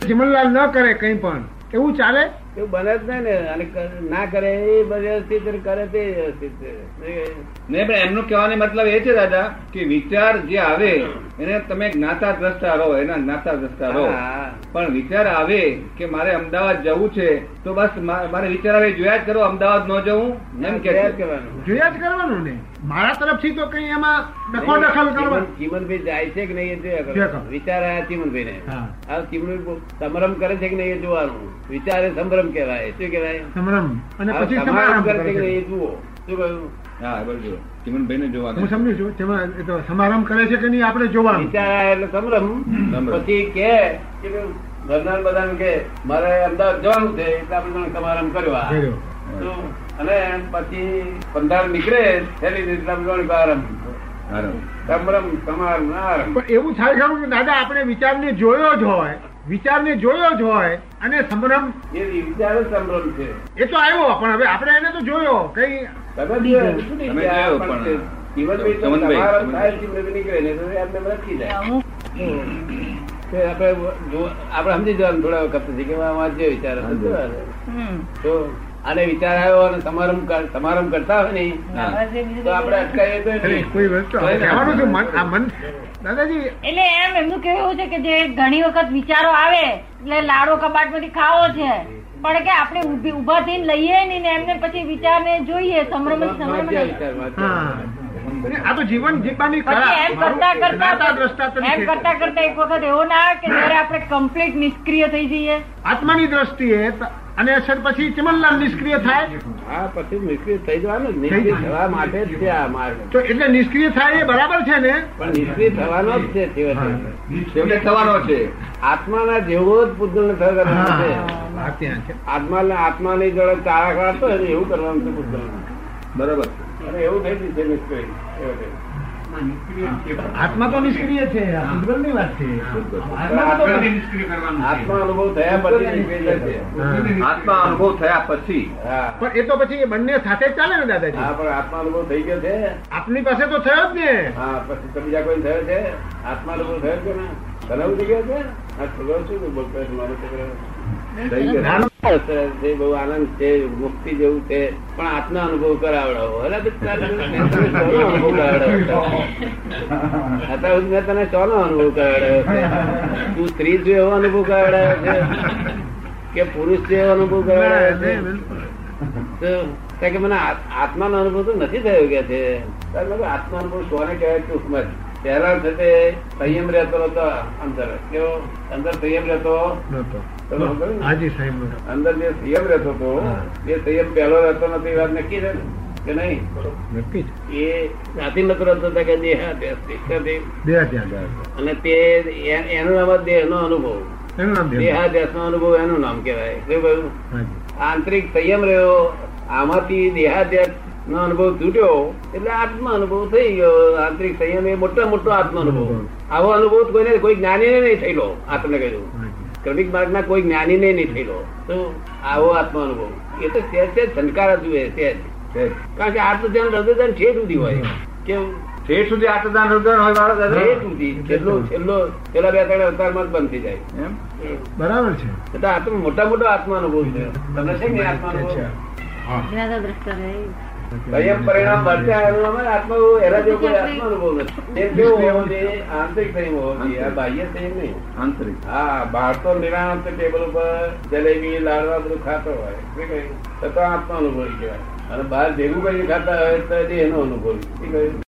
ધીમનલાલ ન કરે કંઈ પણ એવું ચાલે એવું બને જ નહીં ને અને ક- ના કરે એ વ્યવસ્થિત અને કરે તે વ્યવસ્થિત છે. નહીં પણ એમનું કહેવાનો મતલબ એ છે દાદા કે વિચાર જે આવે એને તમે જ્ઞાતા દ્રષ્ટા રહો એના જ્ઞાતા દ્રષ્ટા રહો હા. પણ વિચાર આવે કે મારે અમદાવાદ જવું છે તો બસ મા- મારે વિચાર આવે જોયા જ કરો અમદાવાદ ન જવું એમ કે કેમ છે. કહેવાનું? જોયા જ કરવાનું ને મારા તરફથી તો કંઈ એમાં ડખો દખલ કરવાનો ચીમન- ચીમનભાઈ જાય છે કે નહીં એ જોયા જોયા કરો કરો. વિચાર આયા ચીમનભાઈને હા. આ ચીમનભાઈ બહુ સંભ્રમ કરે છે કે નહીં એ જોવાનું વિચાર એ સંભ્રમ કહેવાય શું કહેવાય સંભ્રમ અને આ પછી સમારંભ સમારંભ કરે છે કરે કે છે નહીં એ જુઓ શું કહ્યું હા બોલજો ચીમનભાઈને હું જોવાનું સમજુ છું તેમાં એ તો સમારંભ કરે છે કે નહીં આપણે જોવાનું વિચાર આયા એટલે સંભ્રમ સંભ્રમ. પછી કે કે ઘરના બધાને કે મારે અમદાવાદ જવાનું છે એટલે આપણે તને સમારંભ કર્યો આ. કર્યો. તો અને પછી પંદર નીકળે છેલ્લી દિવસે આપણે જવાનું પ્રારંભ સારું. સંભ્રમ સમારંભ આરંભ પણ એવું થાય ખરું કે દાદા આપણે વિચારને જોયો જ હોય વિચારને જોયો જ હોય અને સંભ્રમ એ વિચાર જ સંભ્રમ છે એ તો આવ્યો પણ હવે આપણે એને તો જોયો કઈ તમે બી શું તમે વિચાર જોયો પણ પણ. છે. જીવનભાઈ તો ચમનભાઈ, સમારંભ થાય ચમનભાઈ. જીવનભાઈ નીકળે ને તો એમને એમ લટકી જાય તો આપણે જો- આપણે સમજી જવાનું થોડા વખત પછી કે આમાં જે વિચાર હતો શું હતો? તો આને વિચાર આવ્યો અને સમારંભ કર- સમારંભ કરતા હોય ને હા. તો આપણે અટકાઈએ તો અરે, નહીં. કોઈ વસ્તુ આપણે કહેવાનું છે મન આ મન દાદાજી એટલે એમ એમનું કેવું છે કે જે ઘણી વખત વિચારો આવે એટલે લાડો કબાટમાંથી ખાવો છે પણ કે આપણે ઊભી- ઊભા થઈને લઈએ નહીં ને એમને પછી વિચારને જોઈએ સંભ્રમ જ સંભ્રમ મધ્ય નહીં. વિચાર, મધ્ય. હા અને આ તો જીવન જીવવાની કળા. પછી એમ મારું કરતા જ્ઞાતા દ્રષ્ટા કરતા એમ તરીકે કરતા કરતા એક વખત એવો ના આવે કે જયારે આપણે કમ્પ્લીટ નિષ્ક્રિય થઈ જઈએ આત્માની દ્રષ્ટિએ ત- અને અસર પછી ચમનલાલ નિષ્ક્રિય થાય હા પછી નિષ્ક્રિય થઈ જવાનું જ. નિષ્ક્રિય થઈ જવાનું. થવા માટે જ છે આ માર્ગ તો એટલે નિષ્ક્રિય થાય એ બરાબર છે ને પણ નિષ્ક્રિય થવાનો જ છે હા. છેવટે છેવટે થવાનો છે આત્માના જેવો જ પૂતગલને ઠર કરવાનો છે હા, ત્યાં છે. આત્મા આત્માની જોડે તારા કાઢતો હોય ને એવું કરવાનું છે પૂતગલને. બરોબર અને એવું થઈ ગયું છે નિષ્ક્રિય છેવટે. આત્મા તો નિષ્ક્રિય છે આ ભૂતગલની વાત છે આત્મા અનુભવ થયા પછી નિષ્ક્રિય થશે. હા. આત્મા અનુભવ થયા પછી હા પણ એ તો પછી એ બંને સાથે જ ચાલે ને દાદાજી હા પણ આત્મા અનુભવ થઈ ગયો છે આપની પાસે તો થયો જ ને હા પછી તો બીજા કોઈ થયો છે આત્મા અનુભવ થયો છે ને તને એવું થઈ ગયો છે આ છોકરો શું તું બોલતો હોય? મારો છોકરો થઈ ગયા. નાનો સરસ છે, બહુ આનંદ છે મુક્તિ જેવું છે પણ આત્મા અનુભવ કરાવડાવો અરે બી તારે મેં તને શોનો અનુભવ કરાવડાવ્યો હતો? અત્યાર સુધી મેં તને શોનો અનુભવ કરાવડાવ્યો છે? તું સ્ત્રી છું એવો અનુભવ કરાવડાવ્યો છે કે પુરુષ છે એવો અનુભવ કરાવડાવ્યો છે તો કહે કે મને આત્મા નો અનુભવ તો નથી થયો કે છે આત્મા અનુભવ કોને કહેવાય ટૂંકમાં જ. પહેલા થતે સંયમ રહેતો હતો અંદર કેવો અંદર સંયમ રહેતો નહોતો. તમે સમજો ને? હાજી સાહેબ નહોતો. અંદર જે સંયમ રહેતો હતો એ સંયમ પહેલો રહેતો નથી એ વાત નક્કી છે ને? કે નહીં નક્કી છે. એ જાતિ નતો રહેતો હતો કે દેહાદેશ થી. બે હજાર દાદા. અને તે એ- એનું નામ દેહ નો અનુભવ એનું નામ દેવ. દેહાદેશ નો અનુભવ એનું નામ કહેવાય શું કહ્યું? હાજી. આંતરિક સંયમ રહ્યો આમાંથી દેહાદ્યાસ નો અનુભવ તૂટ્યો એટલે આત્મા અનુભવ થઈ ગયો આંતરિક સંયમ એ મોટા મોટો આત્મ અનુભવ આવો અનુભવ તો કોઈને કોઈ જ્ઞાનીને નહીં થયેલો આ તમને કહ્યું હાજી. ક્રમિક માર્ગના કોઈ જ્ઞાનીને નહીં થયેલો તો આવો આત્મા અનુભવ એ તો સહેજ સહેજ છંટકારા જુએ સહેજ છે. કારણ કે આ તો જેનું હૃદયદાન ઠેઠ સુધી હોય કેવું ઠેઠ સુધી આત્મદાન હૃદય હોય મારા ઠેઠ દાદા સુધી છેલ્લો છેલ્લો છેલ્લા બે ત્રણ અવતારમાં જ બંધ થઈ જાય એમ બરાબર છે એટલે આ તો મોટા મોટો આત્મા અનુભવ છે તમને છે કે નહીં આત્મા અનુભવ જ્ઞાતા દ્રષ્ટા રહે. સંયમ પરિણામ મળશે એનો અમે આત્મા એના જેવો કોઈ આત્મા અનુભવ નથી એ કેવો હોવો જોઈએ? આંતરિક સંયમ હોવો જોઈએ. આ બાહ્ય સંયમ નહીં આંતરિક હા બહાર તો નિરાંત ટેબલ ઉપર જલેબી લાડવા બધું ખાતો હોય શું કહ્યું? તો તો આત્મા અનુભવી કહેવાય અને બહાર ભેગું કરીને ખાતા હોય તો એનો અનુભવ શું કહ્યું?